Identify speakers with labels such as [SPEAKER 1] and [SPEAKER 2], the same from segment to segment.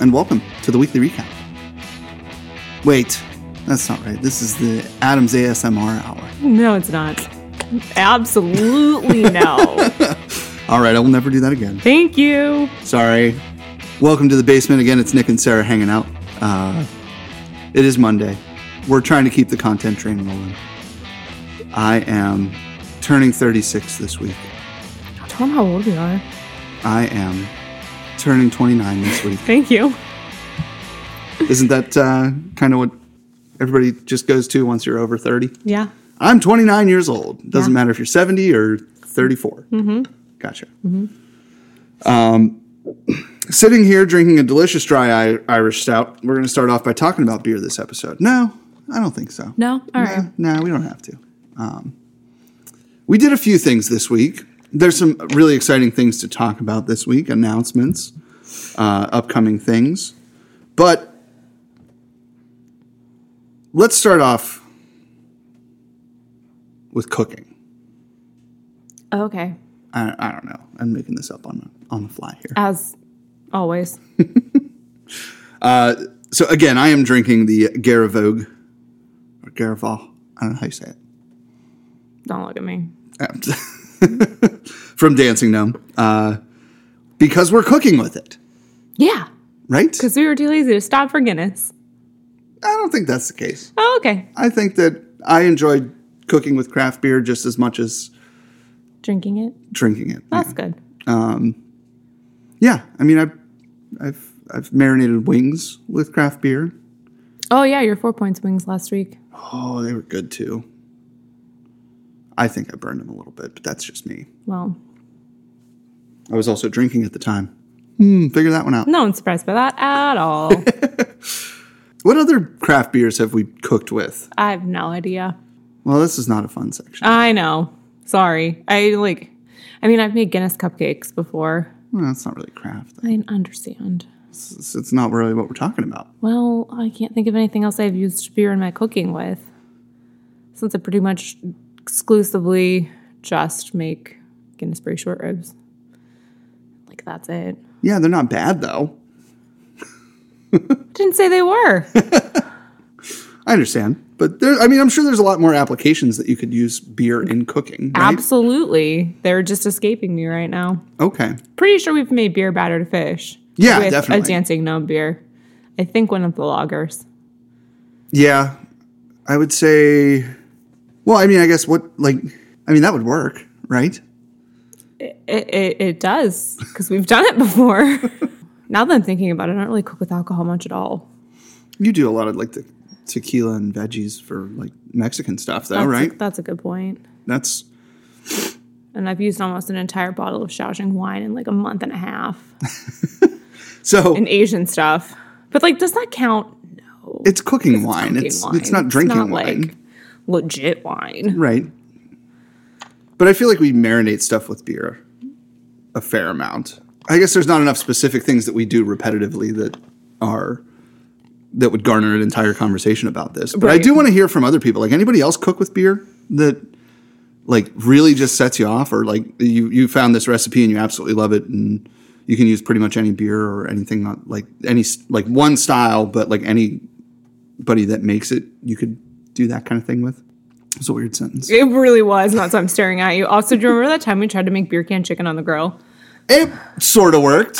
[SPEAKER 1] and welcome to the weekly recap. Wait, that's not right. This is the Adams ASMR hour.
[SPEAKER 2] No, it's not. Absolutely no.
[SPEAKER 1] All right, I will never do that again.
[SPEAKER 2] Thank you.
[SPEAKER 1] Sorry. Welcome to the basement again. It's Nick and Sarah hanging out. Uh, it is Monday. We're trying to keep the content train rolling. I am turning 36 this week.
[SPEAKER 2] Tell them how old you are.
[SPEAKER 1] I am turning 29 this week.
[SPEAKER 2] Thank you.
[SPEAKER 1] Isn't that uh, kind of what everybody just goes to once you're over 30?
[SPEAKER 2] Yeah.
[SPEAKER 1] I'm 29 years old. Doesn't
[SPEAKER 2] Yeah.
[SPEAKER 1] matter if you're 70 or 34. Mm-hmm. Gotcha. Um, sitting here drinking a delicious dry I- Irish stout, we're going to start off by talking about beer this episode. No, I don't think so.
[SPEAKER 2] No? All right.
[SPEAKER 1] No, we don't have to. Um, we did a few things this week. There's some really exciting things to talk about this week, announcements, uh, upcoming things. But let's start off with cooking.
[SPEAKER 2] Oh, Okay.
[SPEAKER 1] I, I don't know. I'm making this up on the, on the fly here.
[SPEAKER 2] As always.
[SPEAKER 1] Uh, So again, I am drinking the Garavogue or Garaval. I don't know how you say it.
[SPEAKER 2] Don't look at me.
[SPEAKER 1] From Dancing Gnome, uh, because we're cooking with it,
[SPEAKER 2] Yeah.
[SPEAKER 1] right?
[SPEAKER 2] Because we were too lazy to stop for Guinness.
[SPEAKER 1] I don't think that's the case.
[SPEAKER 2] Oh, okay.
[SPEAKER 1] I think that I enjoyed cooking with craft beer just as much as
[SPEAKER 2] Drinking it.
[SPEAKER 1] drinking it.
[SPEAKER 2] That's good.
[SPEAKER 1] Yeah, I mean, I've, I've I've marinated wings with craft beer.
[SPEAKER 2] Oh, yeah. Your four points wings last week.
[SPEAKER 1] Oh, they were good too. I think I burned them a little bit, but that's just me.
[SPEAKER 2] Well,
[SPEAKER 1] I was also drinking at the time. Hmm, figure that one out.
[SPEAKER 2] no one's surprised by that at all.
[SPEAKER 1] What other craft beers have we cooked with?
[SPEAKER 2] I have no idea.
[SPEAKER 1] Well, this is not a fun section.
[SPEAKER 2] I know. Sorry. I like, I mean, I've made Guinness cupcakes before.
[SPEAKER 1] Well, that's not really craft.
[SPEAKER 2] I understand.
[SPEAKER 1] It's, it's not really what we're talking about.
[SPEAKER 2] Well, I can't think of anything else I've used beer in my cooking with, since I pretty much exclusively just make Guinness Berry short ribs. Like that's it.
[SPEAKER 1] Yeah, they're not bad though.
[SPEAKER 2] Didn't say they were.
[SPEAKER 1] I understand, but there. I mean, I'm sure there's a lot more applications that you could use beer in cooking. Right?
[SPEAKER 2] Absolutely, they're just escaping me right now.
[SPEAKER 1] Okay.
[SPEAKER 2] Pretty sure we've made beer battered fish.
[SPEAKER 1] Yeah,
[SPEAKER 2] with
[SPEAKER 1] definitely.
[SPEAKER 2] A dancing gnome beer. I think one of the loggers.
[SPEAKER 1] Yeah, I would say. Well, I mean, I guess what like, I mean, that would work, right?
[SPEAKER 2] It, it, it does because we've done it before. now that I'm thinking about it, I don't really cook with alcohol much at all.
[SPEAKER 1] You do a lot of like the tequila and veggies for like Mexican stuff, though,
[SPEAKER 2] That's
[SPEAKER 1] right?
[SPEAKER 2] A, that's a good point.
[SPEAKER 1] That's
[SPEAKER 2] And I've used almost an entire bottle of Shaoxing wine in like a month and a half
[SPEAKER 1] so.
[SPEAKER 2] and Asian stuff. But like, does that count? No.
[SPEAKER 1] it's cooking wine. it's
[SPEAKER 2] Fucking
[SPEAKER 1] it's not
[SPEAKER 2] wine.
[SPEAKER 1] drinking
[SPEAKER 2] not,
[SPEAKER 1] wine,
[SPEAKER 2] Like, legit wine.
[SPEAKER 1] right? But I feel like we marinate stuff with beer a fair amount. I guess there's not enough specific things that we do repetitively that are that would garner an entire conversation about this. But I
[SPEAKER 2] Right.
[SPEAKER 1] do want to hear from other people. Like anybody else cook with beer that like really just sets you off or like you you found this recipe and you absolutely love it and you can use pretty much any beer or anything not- like any s- like one style but like anybody that makes it you could do that kind of thing with. It's a weird sentence.
[SPEAKER 2] It really was. Not so I'm staring at you. Also, do you remember that time we tried to make beer can chicken on the grill?
[SPEAKER 1] It sort of worked.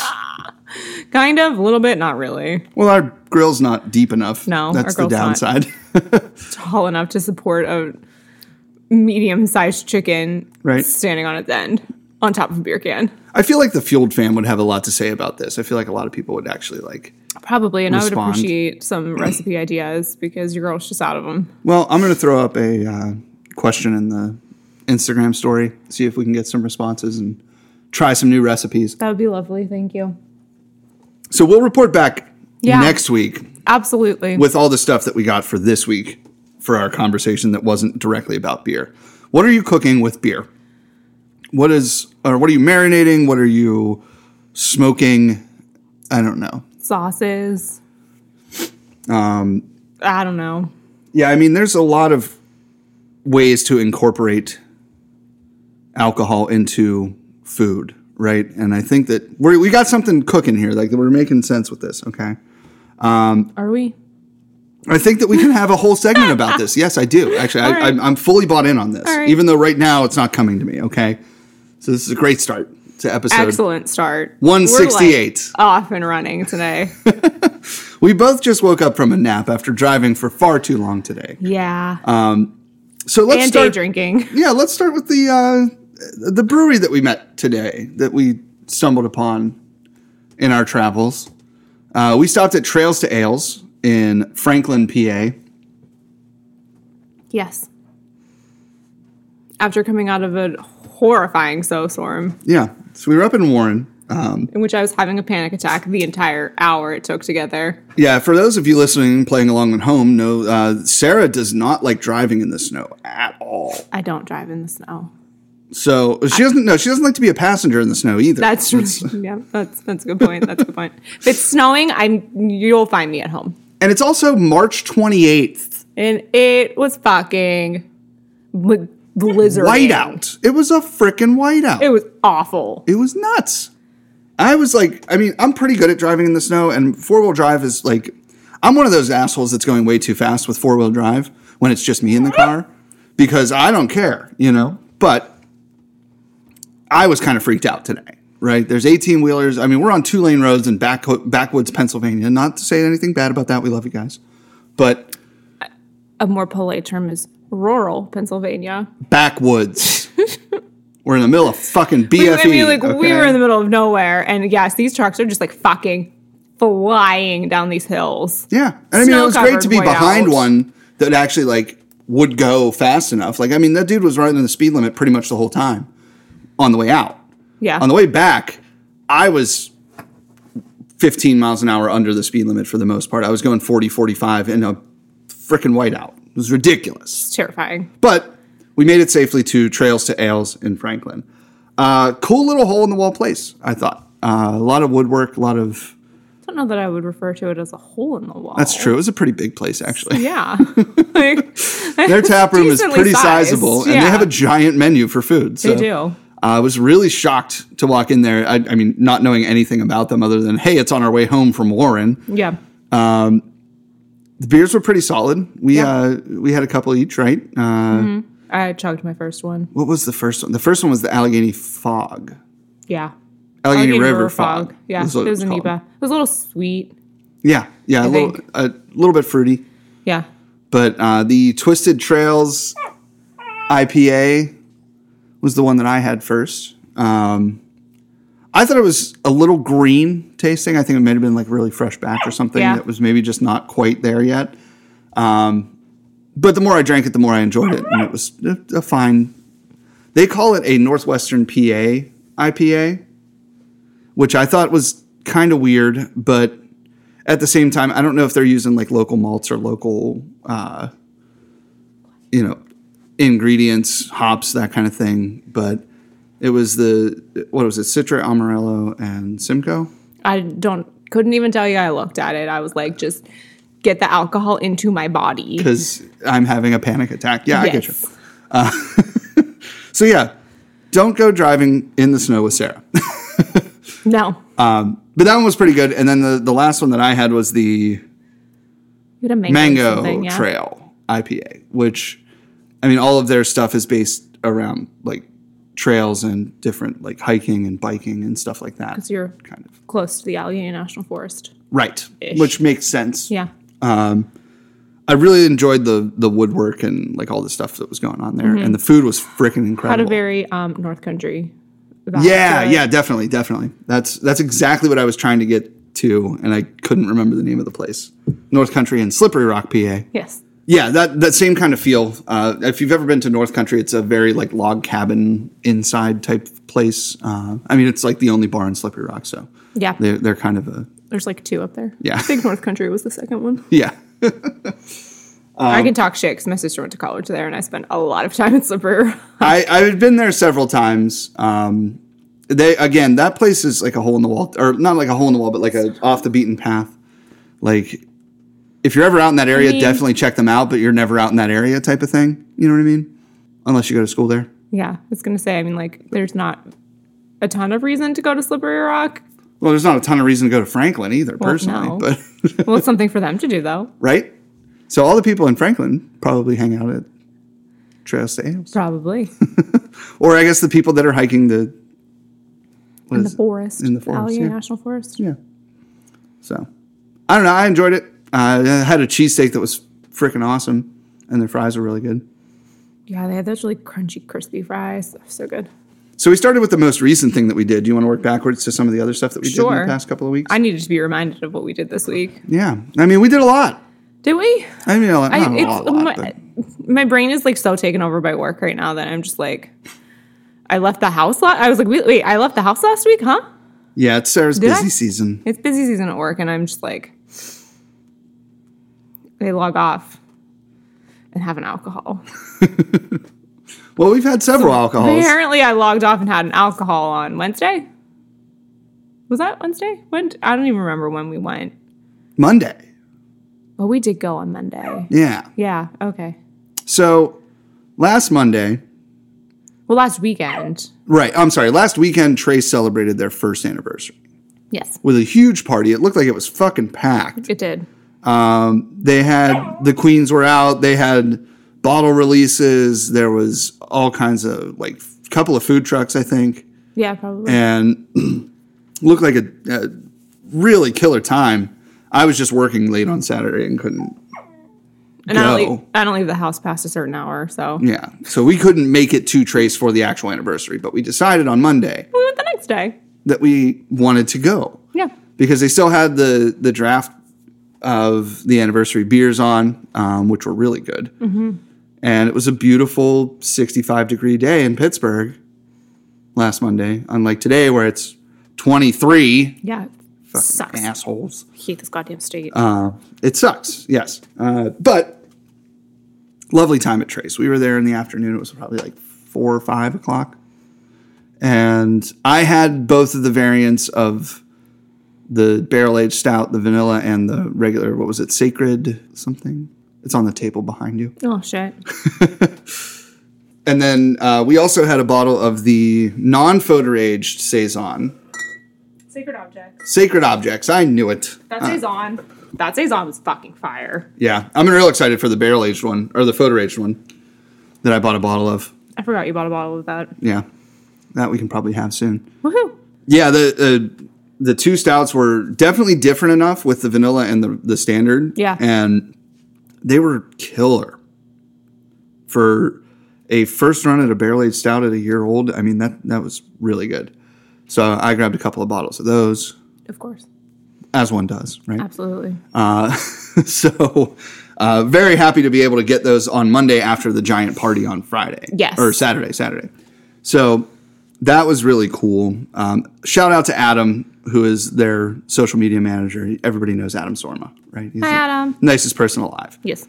[SPEAKER 2] Kind of, a little bit, not really.
[SPEAKER 1] Well, our grill's not deep enough.
[SPEAKER 2] No, our
[SPEAKER 1] that's the
[SPEAKER 2] grill's not.
[SPEAKER 1] downside.
[SPEAKER 2] Tall enough to support a medium-sized chicken
[SPEAKER 1] Right.
[SPEAKER 2] standing on its end on top of a beer can.
[SPEAKER 1] I feel like the Fueled fan would have a lot to say about this. I feel like a lot of people would actually like.
[SPEAKER 2] Probably, and I
[SPEAKER 1] Respond.
[SPEAKER 2] would appreciate some recipe ideas because your girl's just out of them.
[SPEAKER 1] Well, I'm going to throw up a uh, question in the Instagram story, see if we can get some responses and try some new recipes.
[SPEAKER 2] That would be lovely. Thank you.
[SPEAKER 1] So we'll report back
[SPEAKER 2] Yeah.
[SPEAKER 1] next week
[SPEAKER 2] Absolutely.
[SPEAKER 1] with all the stuff that we got for this week for our conversation that wasn't directly about beer. What are you cooking with beer? What is or what are you marinating? What are you smoking? I don't know.
[SPEAKER 2] Sauces. Um, I don't know.
[SPEAKER 1] Yeah, I mean, there's a lot of ways to incorporate alcohol into food, right? And I think that we we got something cooking here. Like we're making sense with this. Okay.
[SPEAKER 2] Are we?
[SPEAKER 1] I think that we can have a whole segment about this. Yes, I do. Actually, I,
[SPEAKER 2] right.
[SPEAKER 1] I'm, I'm fully bought in on this,
[SPEAKER 2] All right.
[SPEAKER 1] even though right now it's not coming to me. Okay. So this is a great start to episode
[SPEAKER 2] Excellent start.
[SPEAKER 1] 168.
[SPEAKER 2] We're like off and running today.
[SPEAKER 1] We both just woke up from a nap after driving for far too long today.
[SPEAKER 2] yeah. Uh,
[SPEAKER 1] So let's
[SPEAKER 2] and day
[SPEAKER 1] start.
[SPEAKER 2] drinking.
[SPEAKER 1] Yeah, let's start with the uh, the brewery that we met today that we stumbled upon in our travels. Uh, we stopped at Trails to Ales in Franklin, PA.
[SPEAKER 2] Yes. After coming out of a horrifying snowstorm
[SPEAKER 1] Yeah, so we were up in Warren.
[SPEAKER 2] in which I was having a panic attack the entire hour it took to get there.
[SPEAKER 1] Yeah, for those of you listening and playing along at home, no, uh, Sarah does not like driving in the snow at all.
[SPEAKER 2] I don't drive in the snow.
[SPEAKER 1] So she doesn't. No, she doesn't like to be a passenger in the snow either.
[SPEAKER 2] That's true. yeah, that's that's a good point. That's a good point. If it's snowing, I'm you'll find me at home.
[SPEAKER 1] and it's also March twenty eighth,
[SPEAKER 2] And it was fucking bl- blizzard.
[SPEAKER 1] whiteout. It was a freaking whiteout.
[SPEAKER 2] It was awful.
[SPEAKER 1] it was nuts. I was like, I mean, I'm pretty good at driving in the snow, and four wheel drive is like, I'm one of those assholes that's going way too fast with four wheel drive when it's just me in the car because I don't care, you know? But I was kind of freaked out today, right? There's 18 wheelers. I mean, we're on two lane roads in back, backwoods, Pennsylvania. Not to say anything bad about that. We love you guys. But
[SPEAKER 2] A more polite term is rural Pennsylvania.
[SPEAKER 1] backwoods. we're in the middle of fucking
[SPEAKER 2] We-
[SPEAKER 1] BFE.
[SPEAKER 2] I mean, like we
[SPEAKER 1] E,
[SPEAKER 2] were
[SPEAKER 1] okay?
[SPEAKER 2] in the middle of nowhere, and yes, these trucks are just like fucking flying down these hills.
[SPEAKER 1] Yeah. And I mean, it was great to be
[SPEAKER 2] Snow-covered white
[SPEAKER 1] behind
[SPEAKER 2] owls.
[SPEAKER 1] one that actually like would go fast enough. Like, I mean, that dude was running the speed limit pretty much the whole time on the way out.
[SPEAKER 2] Yeah,
[SPEAKER 1] On the way back, I was 15 miles an hour under the speed limit for the most part. I was going 40, 45 in a freaking whiteout. It was ridiculous.
[SPEAKER 2] it's terrifying.
[SPEAKER 1] But we made it safely to Trails to Ales in Franklin. Uh, cool little hole in the wall place, I thought. Uh, a lot of woodwork, a lot of.
[SPEAKER 2] I don't know that I would refer to it as a hole in the wall.
[SPEAKER 1] That's true. It was a pretty big place, actually.
[SPEAKER 2] Yeah, like,
[SPEAKER 1] Their tap room is
[SPEAKER 2] Decently
[SPEAKER 1] pretty
[SPEAKER 2] sized,
[SPEAKER 1] sizable, and they
[SPEAKER 2] yeah.
[SPEAKER 1] have a giant menu for food. So.
[SPEAKER 2] They do.
[SPEAKER 1] I was really shocked to walk in there. I, I mean, not knowing anything about them other than, hey, it's on our way home from Warren.
[SPEAKER 2] yeah,
[SPEAKER 1] The beers were pretty solid. We
[SPEAKER 2] Yeah.
[SPEAKER 1] uh, we had a couple each, right? Uh,
[SPEAKER 2] I chugged my first one.
[SPEAKER 1] What was the first one? The first one was the Allegheny Fog,
[SPEAKER 2] Yeah,
[SPEAKER 1] Allegheny,
[SPEAKER 2] Allegheny
[SPEAKER 1] River, Fog.
[SPEAKER 2] Yeah,
[SPEAKER 1] is
[SPEAKER 2] it
[SPEAKER 1] what
[SPEAKER 2] was an
[SPEAKER 1] called.
[SPEAKER 2] IPA. It was a little sweet.
[SPEAKER 1] Yeah, yeah, a little,
[SPEAKER 2] think.
[SPEAKER 1] a little bit fruity,
[SPEAKER 2] Yeah,
[SPEAKER 1] but uh, the Twisted Trails IPA was the one that I had first. Um, I thought it was a little green tasting. I think it may have been like really fresh batch or something
[SPEAKER 2] Yeah.
[SPEAKER 1] that was maybe just not quite there yet. Um, but the more I drank it, the more I enjoyed it, and it was a, a fine. They call it a Northwestern PA IPA, which I thought was kind of weird, but at the same time, I don't know if they're using like local malts or local, uh, you know, ingredients, hops, that kind of thing. But it was the what was it, Citra, Amarillo, and Simcoe.
[SPEAKER 2] I don't couldn't even tell you I looked at it. I was like, just get the alcohol into my body.
[SPEAKER 1] Because I'm having a panic attack. Yeah, I get you.
[SPEAKER 2] Yes.
[SPEAKER 1] So yeah, don't go driving in the snow with Sarah.
[SPEAKER 2] No.
[SPEAKER 1] but that one was pretty good. And then the the last one that I had was the
[SPEAKER 2] you had a mango,
[SPEAKER 1] Mango
[SPEAKER 2] something, yeah?
[SPEAKER 1] Trail IPA, which I mean, all of their stuff is based around like trails and different like hiking and biking and stuff like that.
[SPEAKER 2] 'Cause you're
[SPEAKER 1] kind of
[SPEAKER 2] close to the Allegheny National Forest.
[SPEAKER 1] right,
[SPEAKER 2] Ish.
[SPEAKER 1] which makes sense.
[SPEAKER 2] Yeah.
[SPEAKER 1] I really enjoyed the the woodwork and like all the stuff that was going on there, and the food was freaking
[SPEAKER 2] Mm-hmm. Had a
[SPEAKER 1] incredible.
[SPEAKER 2] very um, North Country. vibe
[SPEAKER 1] yeah,
[SPEAKER 2] to it.
[SPEAKER 1] yeah, definitely, definitely. That's that's exactly what I was trying to get to, and I couldn't remember the name of the place. North Country and Slippery Rock, PA.
[SPEAKER 2] Yes.
[SPEAKER 1] Yeah, that that same kind of feel. Uh, if you've ever been to North Country, it's a very like log cabin inside type place. Uh, I mean, it's like the only bar in Slippery Rock, so
[SPEAKER 2] Yeah.
[SPEAKER 1] they're they're kind of a
[SPEAKER 2] There's like two up there.
[SPEAKER 1] Yeah.
[SPEAKER 2] I think North Country was the second one.
[SPEAKER 1] yeah. Um,
[SPEAKER 2] I can talk shit because my sister went to college there and I spent a lot of time in Slippery.
[SPEAKER 1] I I've been there several times. Um, they again, that place is like a hole in the wall, or not like a hole in the wall, but like a off the beaten path. Like, if you're ever out in that area,
[SPEAKER 2] mean-
[SPEAKER 1] definitely check them out. But you're never out in that area, type of thing. You know what I mean? Unless you go to school there.
[SPEAKER 2] yeah. I was going to say, I mean, like, there's not a ton of reason to go to Slippery Rock.
[SPEAKER 1] Well, there's not a ton of reason to go to Franklin either,
[SPEAKER 2] Well,
[SPEAKER 1] personally,
[SPEAKER 2] no.
[SPEAKER 1] but
[SPEAKER 2] Well, it's something for them to do though.
[SPEAKER 1] right? So all the people in Franklin probably hang out at Trail Sales.
[SPEAKER 2] Probably.
[SPEAKER 1] Or I guess the people that are hiking the what
[SPEAKER 2] in the
[SPEAKER 1] is it?
[SPEAKER 2] forest.
[SPEAKER 1] in the forest,
[SPEAKER 2] Allegheny
[SPEAKER 1] yeah.
[SPEAKER 2] National Forest.
[SPEAKER 1] Yeah. So I don't know, I enjoyed it. Uh, I had a cheesesteak that was freaking awesome and their fries were really good.
[SPEAKER 2] Yeah, they had those really crunchy, crispy fries. They're So good.
[SPEAKER 1] So we started with the most recent thing that we did. Do you want to work backwards to some of the other stuff that we did in
[SPEAKER 2] Sure.
[SPEAKER 1] the past couple of weeks?
[SPEAKER 2] I needed to be reminded of what we did this week.
[SPEAKER 1] yeah. I mean, we did a lot.
[SPEAKER 2] Did we?
[SPEAKER 1] I mean, not
[SPEAKER 2] I,
[SPEAKER 1] a lot,
[SPEAKER 2] it's, my,
[SPEAKER 1] but-
[SPEAKER 2] my brain is like so taken over by work right now that I'm just like, I left the house. La- I was like, wait, wait, I left the house last week, huh?
[SPEAKER 1] yeah, it's Sarah's
[SPEAKER 2] Did I?
[SPEAKER 1] busy season.
[SPEAKER 2] It's busy season at work, and I'm just like, they log off and have an alcohol.
[SPEAKER 1] Well, we've had several alcohols.
[SPEAKER 2] Apparently, I logged off and had an alcohol on Wednesday. Was that Wednesday? When I don't even remember when we went,
[SPEAKER 1] Monday.
[SPEAKER 2] but we did go on Monday.
[SPEAKER 1] Yeah.
[SPEAKER 2] Yeah. Okay.
[SPEAKER 1] So last Monday,
[SPEAKER 2] Well, last weekend.
[SPEAKER 1] right, I'm sorry, last weekend, Trace celebrated their first anniversary
[SPEAKER 2] Yes,
[SPEAKER 1] with a huge party. It looked like it was fucking packed.
[SPEAKER 2] it did.
[SPEAKER 1] They had the Queens were out, they had bottle releases, there was all kinds of like a couple of food trucks, I think.
[SPEAKER 2] Yeah, probably.
[SPEAKER 1] and looked like a, a really killer time. I was just working late on Saturday and couldn't.
[SPEAKER 2] And I don't,
[SPEAKER 1] go. Mm.
[SPEAKER 2] leave, I don't leave the house past a certain hour, so
[SPEAKER 1] Yeah, so we couldn't make it to Trace for the actual anniversary, but we decided on Monday
[SPEAKER 2] we went the next day.
[SPEAKER 1] that we wanted to go
[SPEAKER 2] Yeah,
[SPEAKER 1] because they still had the the draft of the anniversary beers on, um, which were really good. And it was a beautiful 65 degree day in Pittsburgh last Monday, unlike today where it's 23.
[SPEAKER 2] yeah. Sucks.
[SPEAKER 1] Assholes.
[SPEAKER 2] Hate this goddamn state.
[SPEAKER 1] Uh, it sucks, yes. Uh, but lovely time at Trace. We were there in the afternoon. It was probably like four or five o'clock. And I had both of the variants of the barrel aged stout, the vanilla, and the regular, what was it, sacred something? It's on the table behind you.
[SPEAKER 2] oh shit.
[SPEAKER 1] And then uh, we also had a bottle of the non photo aged Saison,
[SPEAKER 2] Sacred objects.
[SPEAKER 1] Sacred Objects. I knew it.
[SPEAKER 2] That saison. That saison was fucking fire.
[SPEAKER 1] Yeah, I'm real excited for the barrel aged one or the photo aged one that I bought a bottle of.
[SPEAKER 2] I forgot you bought a bottle of that.
[SPEAKER 1] Yeah, that we can probably have soon.
[SPEAKER 2] Woohoo!
[SPEAKER 1] Yeah, the uh, the two stouts were definitely different enough with the vanilla and the the standard.
[SPEAKER 2] Yeah.
[SPEAKER 1] and they were killer for a first run at a barrel aged stout at a year old. I mean that that was really good. So I grabbed a couple of bottles of those,
[SPEAKER 2] Of course.
[SPEAKER 1] as one does, right?
[SPEAKER 2] Absolutely.
[SPEAKER 1] Uh, so uh, very happy to be able to get those on Monday after the giant party on Friday.
[SPEAKER 2] Yes.
[SPEAKER 1] Or Saturday, Saturday. So that was really cool. Um, shout out to Adam, who is their social media manager. Everybody knows Adam Sorma, right? He's
[SPEAKER 2] Hi,
[SPEAKER 1] the
[SPEAKER 2] Adam.
[SPEAKER 1] Nicest person alive
[SPEAKER 2] Yes.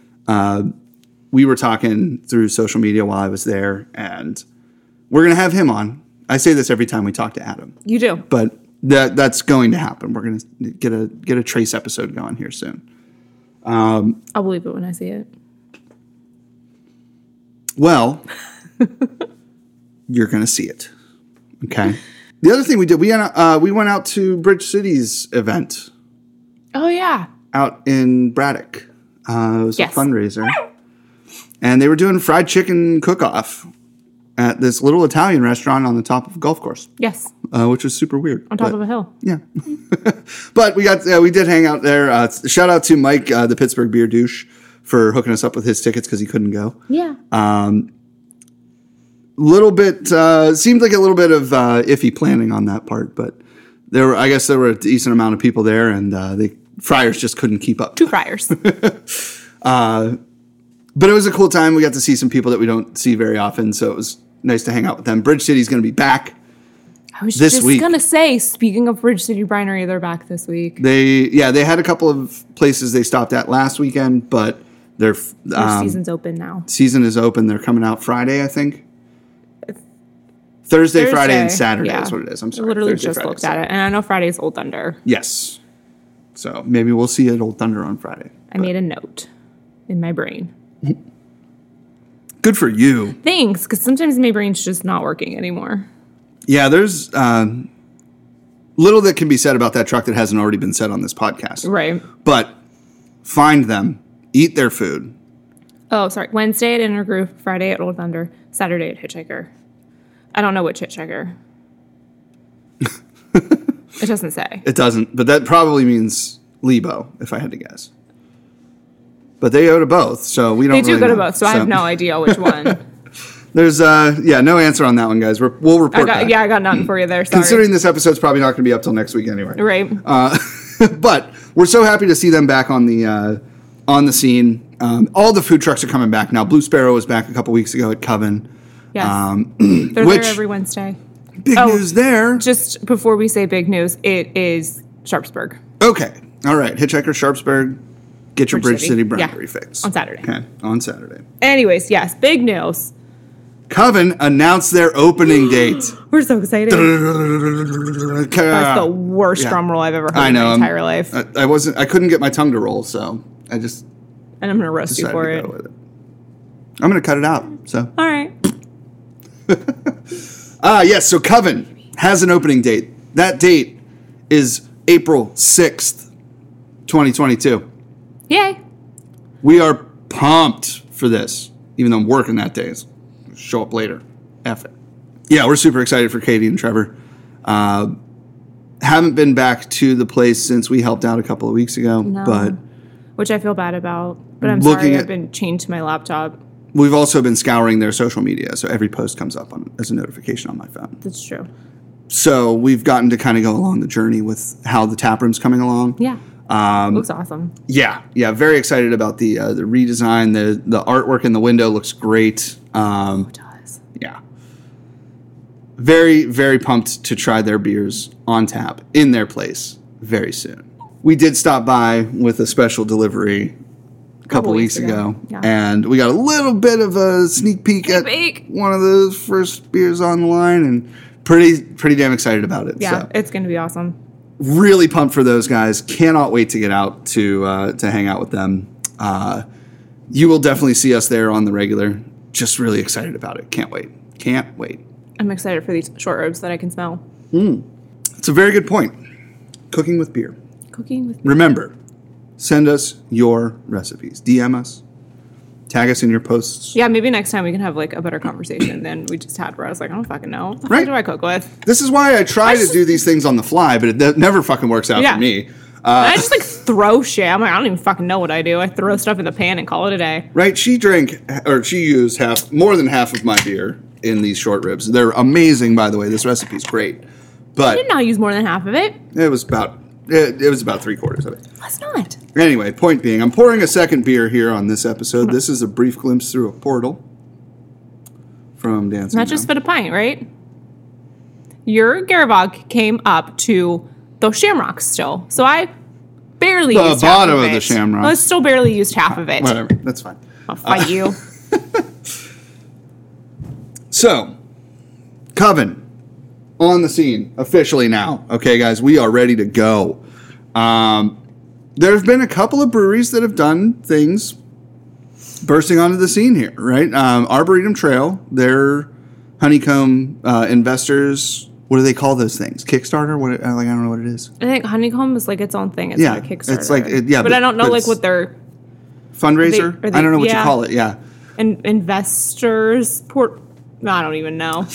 [SPEAKER 1] we were talking through social media while I was there, and we're gonna have him on. I say this every time we talk to Adam,
[SPEAKER 2] You do.
[SPEAKER 1] but that that's going to happen. We're gonna get a get a trace episode going here soon.
[SPEAKER 2] I'll believe it when I see it.
[SPEAKER 1] Well, you're gonna see it. Okay. The other thing we did, we went out- uh, we went out to Bridge City's event
[SPEAKER 2] Oh yeah.
[SPEAKER 1] out in Braddock. Uh, it was
[SPEAKER 2] Yes.
[SPEAKER 1] a fundraiser, and they were doing fried chicken cook off at this little Italian restaurant on the top of a golf course.
[SPEAKER 2] Yes.
[SPEAKER 1] uh, which was super weird.
[SPEAKER 2] On top
[SPEAKER 1] but,
[SPEAKER 2] of a hill.
[SPEAKER 1] yeah, but we got uh, we did hang out there. Uh, shout out to Mike, uh, the Pittsburgh beer douche, for hooking us up with his tickets because he couldn't go.
[SPEAKER 2] Yeah.
[SPEAKER 1] Uh, Little bit uh, seemed like a little bit of uh, iffy planning on that part, but there were I guess there were a decent amount of people there, and uh, the Friars just couldn't keep up.
[SPEAKER 2] Two friars.
[SPEAKER 1] But it was a cool time. We got to see some people that we don't see very often, so it was nice to hang out with them. Bridge City's going to be back.
[SPEAKER 2] I was
[SPEAKER 1] This
[SPEAKER 2] just
[SPEAKER 1] week.
[SPEAKER 2] gonna say, speaking of Bridge City Brinery, they're back this week.
[SPEAKER 1] They yeah they had a couple of places they stopped at last weekend, but their f-
[SPEAKER 2] Their
[SPEAKER 1] um,
[SPEAKER 2] season's open now.
[SPEAKER 1] season is open. They're coming out Friday, I think. Thursday, Friday, and
[SPEAKER 2] Thursday,
[SPEAKER 1] Saturday
[SPEAKER 2] yeah.
[SPEAKER 1] is what it is. I'm
[SPEAKER 2] I
[SPEAKER 1] sorry.
[SPEAKER 2] literally
[SPEAKER 1] Thursday,
[SPEAKER 2] just
[SPEAKER 1] Friday,
[SPEAKER 2] looked
[SPEAKER 1] Saturday.
[SPEAKER 2] at it, and I know Friday's Old Thunder.
[SPEAKER 1] Yes. So maybe we'll see at Old Thunder on Friday.
[SPEAKER 2] I made a note in my brain.
[SPEAKER 1] Good for you.
[SPEAKER 2] Thanks, because sometimes my brain's just not working anymore.
[SPEAKER 1] Yeah, there's um, little that can be said about that truck that hasn't already been said on this podcast.
[SPEAKER 2] Right.
[SPEAKER 1] But find them, eat their food.
[SPEAKER 2] Oh, sorry. Wednesday at Intergroup, Friday at Old Thunder, Saturday at Hitchhiker. I don't know which Hitchhiker. it doesn't say.
[SPEAKER 1] It doesn't, but that probably means Lebo, if I had to guess. But they go to both, so we don't.
[SPEAKER 2] They do
[SPEAKER 1] really
[SPEAKER 2] go to
[SPEAKER 1] know.
[SPEAKER 2] both, so, I have no idea which one.
[SPEAKER 1] There's uh, yeah, no answer on that one, guys. We're, we'll report
[SPEAKER 2] I got,
[SPEAKER 1] back.
[SPEAKER 2] yeah, I got nothing for you there. Sorry.
[SPEAKER 1] Considering this episode's probably not going to be up till next week anyway.
[SPEAKER 2] right.
[SPEAKER 1] Uh, but we're so happy to see them back on the uh, on the scene. Um, all the food trucks are coming back now. Blue Sparrow was back a couple weeks ago at Coven.
[SPEAKER 2] yes.
[SPEAKER 1] Um,
[SPEAKER 2] They're
[SPEAKER 1] which-
[SPEAKER 2] there every Wednesday.
[SPEAKER 1] Big
[SPEAKER 2] Oh.
[SPEAKER 1] news there.
[SPEAKER 2] Just before we say big news, it is Sharpsburg
[SPEAKER 1] Okay, all right. Hitchhiker Sharpsburg, get your Bridge,
[SPEAKER 2] Bridge
[SPEAKER 1] City,
[SPEAKER 2] City.
[SPEAKER 1] boundary
[SPEAKER 2] Yeah.
[SPEAKER 1] fixed
[SPEAKER 2] on Saturday.
[SPEAKER 1] Okay, on Saturday.
[SPEAKER 2] Anyways, yes, big news.
[SPEAKER 1] Coven announced their opening date.
[SPEAKER 2] We're so excited. That's the worst
[SPEAKER 1] Yeah.
[SPEAKER 2] drum roll I've ever heard
[SPEAKER 1] I
[SPEAKER 2] in
[SPEAKER 1] know.
[SPEAKER 2] my
[SPEAKER 1] I'm-
[SPEAKER 2] entire life.
[SPEAKER 1] I, I wasn't. I couldn't get my tongue to roll, so I just
[SPEAKER 2] and I'm going to roast you
[SPEAKER 1] decided
[SPEAKER 2] for
[SPEAKER 1] to
[SPEAKER 2] it.
[SPEAKER 1] go with it. I'm gonna cut it out. So
[SPEAKER 2] All right.
[SPEAKER 1] ah yes. So Coven has an opening date. That date is April sixth, twenty twenty two.
[SPEAKER 2] Yay.
[SPEAKER 1] We are pumped for this, even though I'm working that day. It's- Show up later. F it. Yeah, we're super excited for Katie and Trevor. Uh, haven't been back to the place since we helped out a couple of weeks ago,
[SPEAKER 2] No.
[SPEAKER 1] but
[SPEAKER 2] Which I feel bad about. But I'm
[SPEAKER 1] Looking
[SPEAKER 2] sorry
[SPEAKER 1] at-
[SPEAKER 2] I've been chained to my laptop.
[SPEAKER 1] we've also been scouring their social media, so every post comes up on, as a notification on my phone.
[SPEAKER 2] That's true.
[SPEAKER 1] So we've gotten to kind of go along the journey with how the tap room's coming along.
[SPEAKER 2] Yeah. Um, Looks awesome.
[SPEAKER 1] Yeah, yeah, very excited about the uh, the redesign. the The artwork in the window looks great. Um,
[SPEAKER 2] It does.
[SPEAKER 1] Yeah. Very, very pumped to try their beers on tap in their place very soon. We did stop by with a special delivery a couple weeks, ago,
[SPEAKER 2] yeah.
[SPEAKER 1] and we got a little bit of a sneak peek at
[SPEAKER 2] peek.
[SPEAKER 1] one of those first beers on the line, and pretty, pretty damn excited about it.
[SPEAKER 2] Yeah,
[SPEAKER 1] So
[SPEAKER 2] it's going to be awesome.
[SPEAKER 1] really pumped for those guys. Cannot wait to get out to uh, to hang out with them. Uh, you will definitely see us there on the regular. Just really excited about it. Can't wait. Can't wait.
[SPEAKER 2] I'm excited for these short ribs that I can smell.
[SPEAKER 1] It's a very good point. Cooking with beer.
[SPEAKER 2] Cooking with
[SPEAKER 1] Remember, send us your recipes. DM us. Tag us in your posts.
[SPEAKER 2] Yeah, maybe next time we can have like a better conversation than we just had where I was like, I don't fucking know. What the
[SPEAKER 1] Right.
[SPEAKER 2] fuck do I cook with?
[SPEAKER 1] This is why I try to do these things on the fly, but it ne- never fucking works out
[SPEAKER 2] Yeah.
[SPEAKER 1] for me.
[SPEAKER 2] and I just like throw shit. I'm like, I don't even fucking know what I do. I throw stuff in the pan and call it a day.
[SPEAKER 1] Right? She drank or she used half more than half of my beer in these short ribs. They're amazing by the way. This recipe's great.
[SPEAKER 2] I
[SPEAKER 1] But
[SPEAKER 2] did not use more than half of it.
[SPEAKER 1] it was about it, it was about 3 quarters of it.
[SPEAKER 2] Let's not.
[SPEAKER 1] Anyway, point being, I'm pouring a second beer here on this episode. This is a brief glimpse through a portal from Dancing.
[SPEAKER 2] Not just
[SPEAKER 1] Mountain.
[SPEAKER 2] fit a pint, right? Your Garavog came up to the shamrocks still. So I barely
[SPEAKER 1] The
[SPEAKER 2] used
[SPEAKER 1] bottom
[SPEAKER 2] half
[SPEAKER 1] of
[SPEAKER 2] of,
[SPEAKER 1] the
[SPEAKER 2] it.
[SPEAKER 1] shamrocks.
[SPEAKER 2] I still barely used half of it.
[SPEAKER 1] whatever. That's fine.
[SPEAKER 2] I'll fight you.
[SPEAKER 1] So, Coven on the scene officially now. Okay, guys, we are ready to go. Um, there have been a couple of breweries that have done things bursting onto the scene here, right? Um, Arboretum Trail, their honeycomb uh, investors. What do they call those things? Kickstarter? What? Like I don't know what it is.
[SPEAKER 2] I think Honeycomb is like its own thing. It's
[SPEAKER 1] Yeah,
[SPEAKER 2] not a
[SPEAKER 1] it's
[SPEAKER 2] Kickstarter.
[SPEAKER 1] like- it- yeah,
[SPEAKER 2] but,
[SPEAKER 1] but-
[SPEAKER 2] I don't know
[SPEAKER 1] but
[SPEAKER 2] like
[SPEAKER 1] it's-
[SPEAKER 2] what their
[SPEAKER 1] Fundraiser?
[SPEAKER 2] They- are
[SPEAKER 1] I don't know
[SPEAKER 2] they-
[SPEAKER 1] what you
[SPEAKER 2] yeah.
[SPEAKER 1] call it. Yeah.
[SPEAKER 2] in- investors port. I don't even know.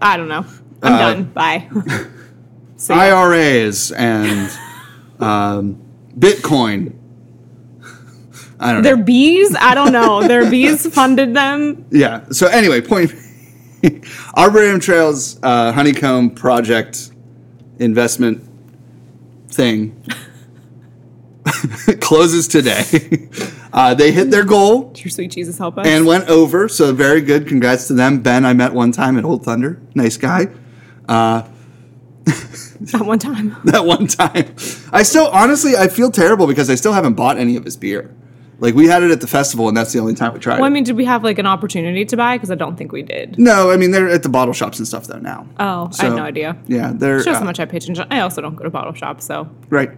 [SPEAKER 2] I don't know. I'm
[SPEAKER 1] Uh,
[SPEAKER 2] done. Bye. So, yeah.
[SPEAKER 1] IRAs and um, Bitcoin. I don't know.
[SPEAKER 2] Their bees? I don't know. Their bees funded them.
[SPEAKER 1] Yeah. So anyway, point. Arboretum Trails uh, honeycomb project investment thing closes today. uh, they hit their goal
[SPEAKER 2] Your sweet Jesus help us.
[SPEAKER 1] and went over. So very good. Congrats to them. Ben, I met one time at Old Thunder. Nice guy.
[SPEAKER 2] that one time.
[SPEAKER 1] That one time. I still, honestly, I feel terrible because I still haven't bought any of his beer. Like we had it at the festival, and that's the only time we tried.
[SPEAKER 2] Well, I
[SPEAKER 1] it.
[SPEAKER 2] mean, did we have like an opportunity to buy? Because I don't think we did.
[SPEAKER 1] no, I mean they're at the bottle shops and stuff though now.
[SPEAKER 2] Oh, I
[SPEAKER 1] So,
[SPEAKER 2] had no idea.
[SPEAKER 1] Yeah, they're
[SPEAKER 2] Shows how
[SPEAKER 1] uh,
[SPEAKER 2] much I pitch. And I also don't go to bottle shops, so
[SPEAKER 1] Right.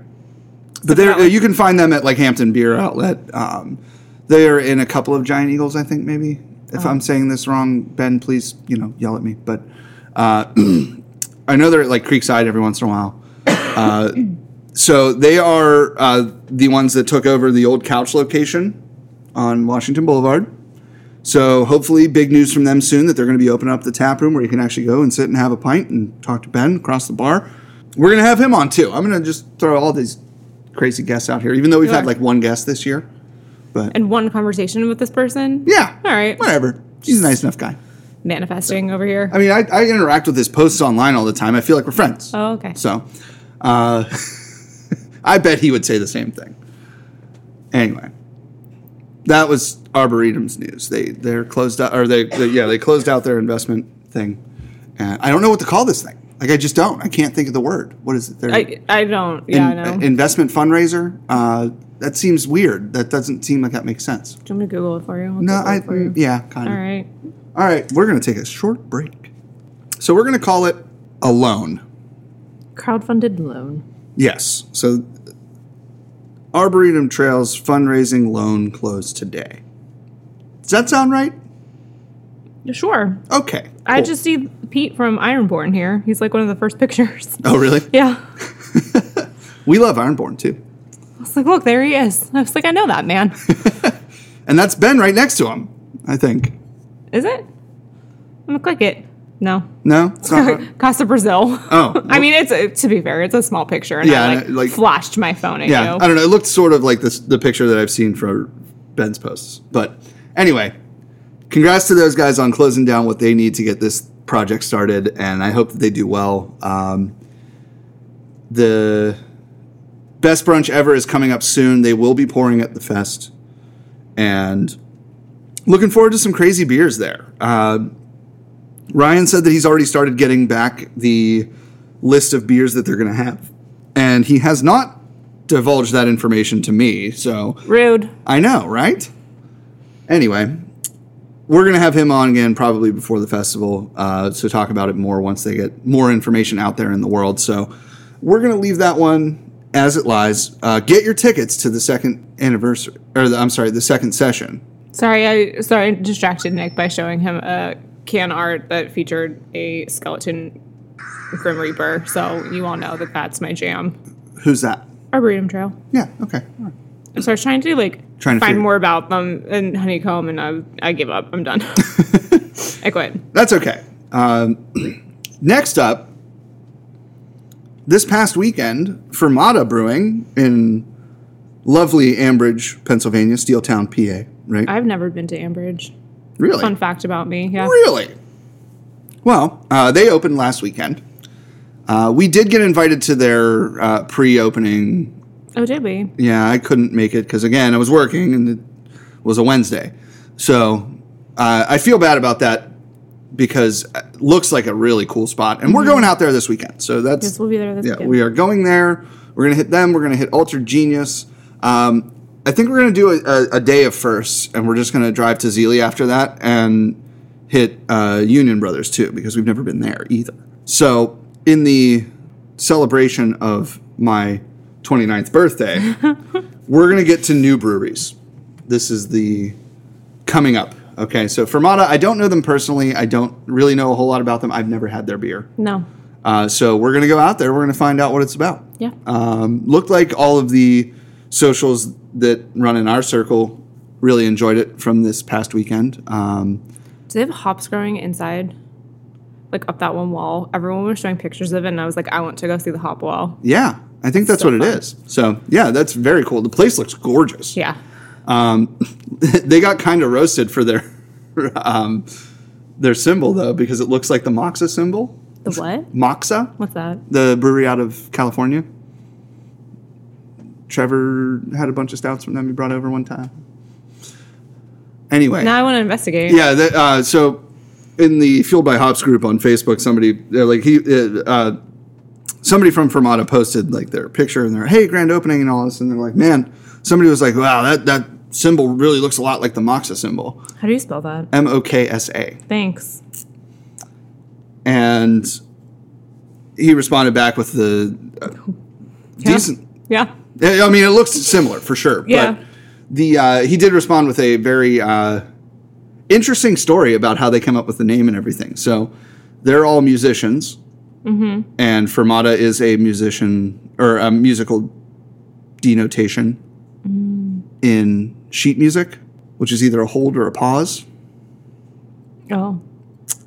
[SPEAKER 1] But there,
[SPEAKER 2] that one-
[SPEAKER 1] you can find them at like Hampton Beer Outlet. Um, they are in a couple of Giant Eagles, I think
[SPEAKER 2] Oh.
[SPEAKER 1] maybe. If I'm saying this wrong, Ben, please you know yell at me. But uh, I know they're at like Creekside every once in a while. Uh, so they are uh, the ones that took over the old couch location on Washington Boulevard. So hopefully, big news from them soon that they're going to be opening up the tap room where you can actually go and sit and have a pint and talk to Ben across the bar. We're going to have him on too. I'm going to just throw all these crazy guests out here, even though we've
[SPEAKER 2] You
[SPEAKER 1] had
[SPEAKER 2] are.
[SPEAKER 1] like one guest this year. But
[SPEAKER 2] And one conversation with this person?
[SPEAKER 1] yeah,
[SPEAKER 2] All right.
[SPEAKER 1] whatever. He's a nice enough guy.
[SPEAKER 2] Manifesting over here.
[SPEAKER 1] I mean, I, I interact with his posts online all the time. I feel like we're friends.
[SPEAKER 2] Oh, okay.
[SPEAKER 1] So, uh, I bet he would say the same thing. Anyway, that was Arboretum's news. They they're closed out, or they, they yeah they closed out their investment thing. And I don't know what to call this thing. Like I just don't. I can't think of the word. What is it? They're-
[SPEAKER 2] I, I don't. Yeah,
[SPEAKER 1] in-
[SPEAKER 2] I know.
[SPEAKER 1] Investment fundraiser. Uh, that seems weird. That doesn't seem like that makes sense.
[SPEAKER 2] Do you want me to Google it for you? I'll
[SPEAKER 1] No,
[SPEAKER 2] Google
[SPEAKER 1] I
[SPEAKER 2] it for you.
[SPEAKER 1] yeah kind of.
[SPEAKER 2] All right.
[SPEAKER 1] All right, we're going to take a short break. So we're going to call it a loan.
[SPEAKER 2] Crowdfunded loan.
[SPEAKER 1] Yes. So Arboretum Trails fundraising loan closed today. Does that sound right?
[SPEAKER 2] Sure.
[SPEAKER 1] Okay.
[SPEAKER 2] I
[SPEAKER 1] cool.
[SPEAKER 2] just see Pete from Ironborn here. He's like one of the first pictures.
[SPEAKER 1] Oh, really?
[SPEAKER 2] Yeah.
[SPEAKER 1] We love Ironborn too.
[SPEAKER 2] I was like, look, there he is. I was like, I know that man.
[SPEAKER 1] And that's Ben right next to him, I think.
[SPEAKER 2] Is it? I'm gonna click it. No.
[SPEAKER 1] No? It's not.
[SPEAKER 2] Casa Brazil.
[SPEAKER 1] Oh,
[SPEAKER 2] I mean, it's a, to be fair, it's a small picture, and
[SPEAKER 1] Yeah,
[SPEAKER 2] I
[SPEAKER 1] and
[SPEAKER 2] like,
[SPEAKER 1] it, like-
[SPEAKER 2] flashed my phone at
[SPEAKER 1] yeah.
[SPEAKER 2] you.
[SPEAKER 1] I don't know. It looked sort of like this the picture that I've seen for Ben's posts. But anyway, congrats to those guys on closing down what they need to get this project started, and I hope that they do well. Um, the best brunch ever is coming up soon. They will be pouring at the fest, and looking forward to some crazy beers there. Uh, Ryan said that he's already started getting back the list of beers that they're going to have, and he has not divulged that information to me. So
[SPEAKER 2] Rude.
[SPEAKER 1] I know, right? Anyway, we're going to have him on again probably before the festival uh, to talk about it more once they get more information out there in the world. So we're going to leave that one as it lies. Uh, get your tickets to the second anniversary, or the, I'm sorry, the second session.
[SPEAKER 2] Sorry, I sorry I distracted Nick by showing him a can art that featured a skeleton Grim Reaper. So you all know that that's my jam.
[SPEAKER 1] Who's that?
[SPEAKER 2] Arboretum Trail.
[SPEAKER 1] Yeah, okay. all right.
[SPEAKER 2] So I was trying to like
[SPEAKER 1] Trying to
[SPEAKER 2] find
[SPEAKER 1] figure-
[SPEAKER 2] more about them and honeycomb, and I, I give up. I'm done. I quit.
[SPEAKER 1] That's okay. Um, next up, this past weekend, Fermata Brewing in lovely Ambridge, Pennsylvania, Steeltown, PA, right?
[SPEAKER 2] I've never been to Ambridge.
[SPEAKER 1] really?
[SPEAKER 2] Fun fact about me. Yeah.
[SPEAKER 1] Really? Well, uh, they opened last weekend. Uh, we did get invited to their uh, pre-opening
[SPEAKER 2] Oh, did we?
[SPEAKER 1] yeah, I couldn't make it because again, I was working and it was a Wednesday. So uh, I feel bad about that because it looks like a really cool spot, and we're going out there this weekend. So that's
[SPEAKER 2] Yes, we'll be there this
[SPEAKER 1] yeah,
[SPEAKER 2] weekend.
[SPEAKER 1] we are going there. We're gonna hit them. We're gonna hit Altered Genius. Um, I think we're gonna do a, a, a day of firsts, and we're just gonna drive to Zeely after that and hit uh, Union Brothers too because we've never been there either. So in the celebration of my 29th birthday, we're gonna get to new breweries. This is the coming up. Okay, so Fermata, I don't know them personally. I don't really know a whole lot about them. I've never had their beer.
[SPEAKER 2] No.
[SPEAKER 1] Uh, so we're going to go out there. We're going to find out what it's about.
[SPEAKER 2] Yeah.
[SPEAKER 1] Um, looked like all of the socials that run in our circle really enjoyed it from this past weekend. Um,
[SPEAKER 2] Do they have hops growing inside? Like up that one wall. Everyone was showing pictures of it, and I was like, I want to go see the hop wall.
[SPEAKER 1] yeah, I think that's
[SPEAKER 2] So
[SPEAKER 1] what
[SPEAKER 2] fun.
[SPEAKER 1] it is. So yeah, that's very cool. The place looks gorgeous.
[SPEAKER 2] Yeah.
[SPEAKER 1] Um, they got kind of roasted for their um, their symbol though, because it looks like the Moxa symbol.
[SPEAKER 2] The what?
[SPEAKER 1] Moxa,
[SPEAKER 2] What's that?
[SPEAKER 1] the brewery out of California. Trevor had a bunch of stouts from them he brought over one time. Anyway,
[SPEAKER 2] Now I want to investigate.
[SPEAKER 1] yeah. That, uh, so in the Fueled by Hops group on Facebook, somebody they're like he uh, uh, somebody from Fermata posted like their picture and they're hey grand opening and all this and they're like man somebody was like wow that that symbol really looks a lot like the Moxa symbol
[SPEAKER 2] How do you spell that?
[SPEAKER 1] M O K S A
[SPEAKER 2] Thanks.
[SPEAKER 1] and he responded back with the uh,
[SPEAKER 2] Yeah.
[SPEAKER 1] decent
[SPEAKER 2] Yeah.
[SPEAKER 1] Yeah, I mean, it looks similar for sure.
[SPEAKER 2] Yeah.
[SPEAKER 1] But the uh, he did respond with a very uh, interesting story about how they came up with the name and everything. So they're all musicians,
[SPEAKER 2] Mm-hmm.
[SPEAKER 1] And fermata is a musician or a musical denotation
[SPEAKER 2] Mm.
[SPEAKER 1] in sheet music, which is either a hold or a pause.
[SPEAKER 2] Oh.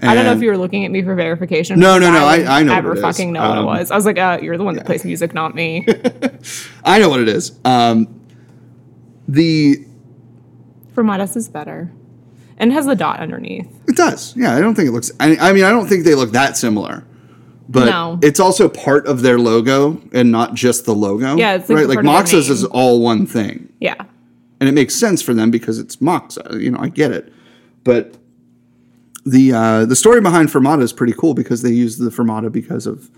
[SPEAKER 2] I don't know if
[SPEAKER 1] And-
[SPEAKER 2] you were looking at me for verification.
[SPEAKER 1] No,
[SPEAKER 2] because
[SPEAKER 1] no, no, I-
[SPEAKER 2] wouldn't
[SPEAKER 1] I know what
[SPEAKER 2] Ever
[SPEAKER 1] it is.
[SPEAKER 2] fucking know
[SPEAKER 1] Um,
[SPEAKER 2] what it was. I was like, uh, you're the one that plays music, not me.
[SPEAKER 1] I know what it is. Um, the
[SPEAKER 2] Fermatus is better, and has the dot underneath.
[SPEAKER 1] it does. Yeah, I don't think it looks. I, I mean, I don't think they look that similar. But
[SPEAKER 2] No.
[SPEAKER 1] it's also part of their logo and not just the logo.
[SPEAKER 2] Yeah, it's like
[SPEAKER 1] right. Like
[SPEAKER 2] part of their
[SPEAKER 1] Moxa's
[SPEAKER 2] name.
[SPEAKER 1] is all one thing,
[SPEAKER 2] Yeah,
[SPEAKER 1] and it makes sense for them because it's Moxa. You know, I get it. But the uh, the story behind Fermata is pretty cool because they use the Fermata because of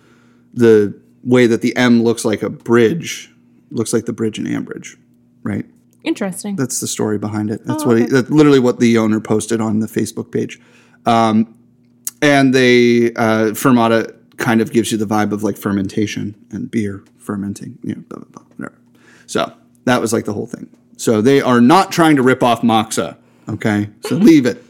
[SPEAKER 1] the way that the M looks like a bridge, looks like the bridge in Ambridge, right?
[SPEAKER 2] interesting.
[SPEAKER 1] That's the story behind it. That's
[SPEAKER 2] Oh,
[SPEAKER 1] what he,
[SPEAKER 2] okay.
[SPEAKER 1] that's literally what the owner posted on the Facebook page. Um, and they uh, fermata kind of gives you the vibe of like fermentation and beer fermenting, you know, blah, blah, blah, whatever. So that was like the whole thing. So they are not trying to rip off Moxa. Okay, so leave it.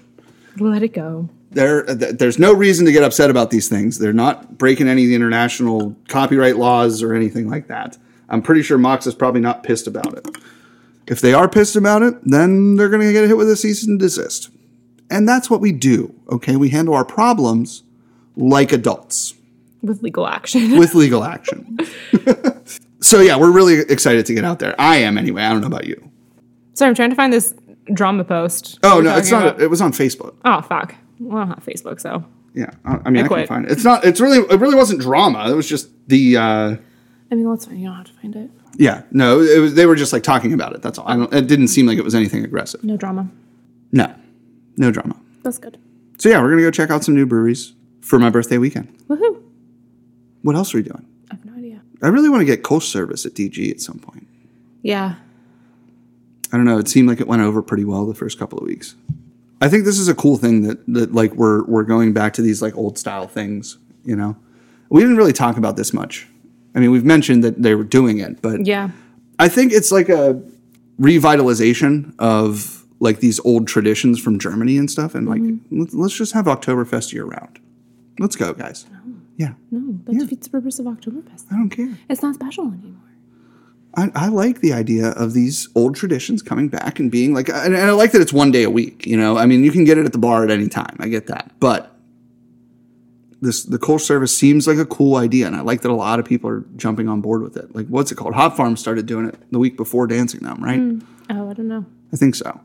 [SPEAKER 2] Let it go.
[SPEAKER 1] There, uh, th- there's no reason to get upset about these things. They're not breaking any international copyright laws or anything like that. I'm pretty sure Mox is probably not pissed about it. If they are pissed about it, then they're going to get hit with a cease and desist. And that's what we do. Okay, we handle our problems like adults
[SPEAKER 2] with legal action.
[SPEAKER 1] with legal action. so yeah, we're really excited to get out there. I am anyway. I don't know about you.
[SPEAKER 2] Sorry, I'm trying to find this drama post.
[SPEAKER 1] Oh
[SPEAKER 2] we're
[SPEAKER 1] no, it's
[SPEAKER 2] talking
[SPEAKER 1] not. It was on Facebook.
[SPEAKER 2] about. Oh fuck. Well, I don't have Facebook, so
[SPEAKER 1] Yeah, I, I mean, I, can
[SPEAKER 2] quit.
[SPEAKER 1] find it. It's not. It's really. It really wasn't drama. It was just the. uh
[SPEAKER 2] I mean, that's fine. You don't have to find it.
[SPEAKER 1] Yeah, no, it was, they were just like talking about it. That's all. I don't, it didn't seem like it was anything aggressive.
[SPEAKER 2] No drama.
[SPEAKER 1] No, no drama.
[SPEAKER 2] That's good.
[SPEAKER 1] So yeah, we're gonna go check out some new breweries for my birthday weekend.
[SPEAKER 2] Woohoo!
[SPEAKER 1] What else are we doing?
[SPEAKER 2] I have no idea.
[SPEAKER 1] I really want to get coach service at DG at some point.
[SPEAKER 2] Yeah,
[SPEAKER 1] I don't know. It seemed like it went over pretty well the first couple of weeks. I think this is a cool thing that that like we're we're going back to these like old style things. You know, we didn't really talk about this much. I mean, we've mentioned that they were doing it, but
[SPEAKER 2] yeah.
[SPEAKER 1] I think it's like a revitalization of like these old traditions from Germany and stuff. And like, let- let's just have Oktoberfest year round. Let's go, guys. Yeah,
[SPEAKER 2] No, that defeats the purpose of Oktoberfest.
[SPEAKER 1] I don't care.
[SPEAKER 2] It's not special anymore.
[SPEAKER 1] I, I like the idea of these old traditions coming back and being like, and, and I like that it's one day a week. You know, I mean, you can get it at the bar at any time. I get that, but this the coal service seems like a cool idea, and I like that a lot of people are jumping on board with it. Like, what's it called? Hop Farm started doing it the week before Dancing Them, right?
[SPEAKER 2] Oh, I don't know.
[SPEAKER 1] I think so.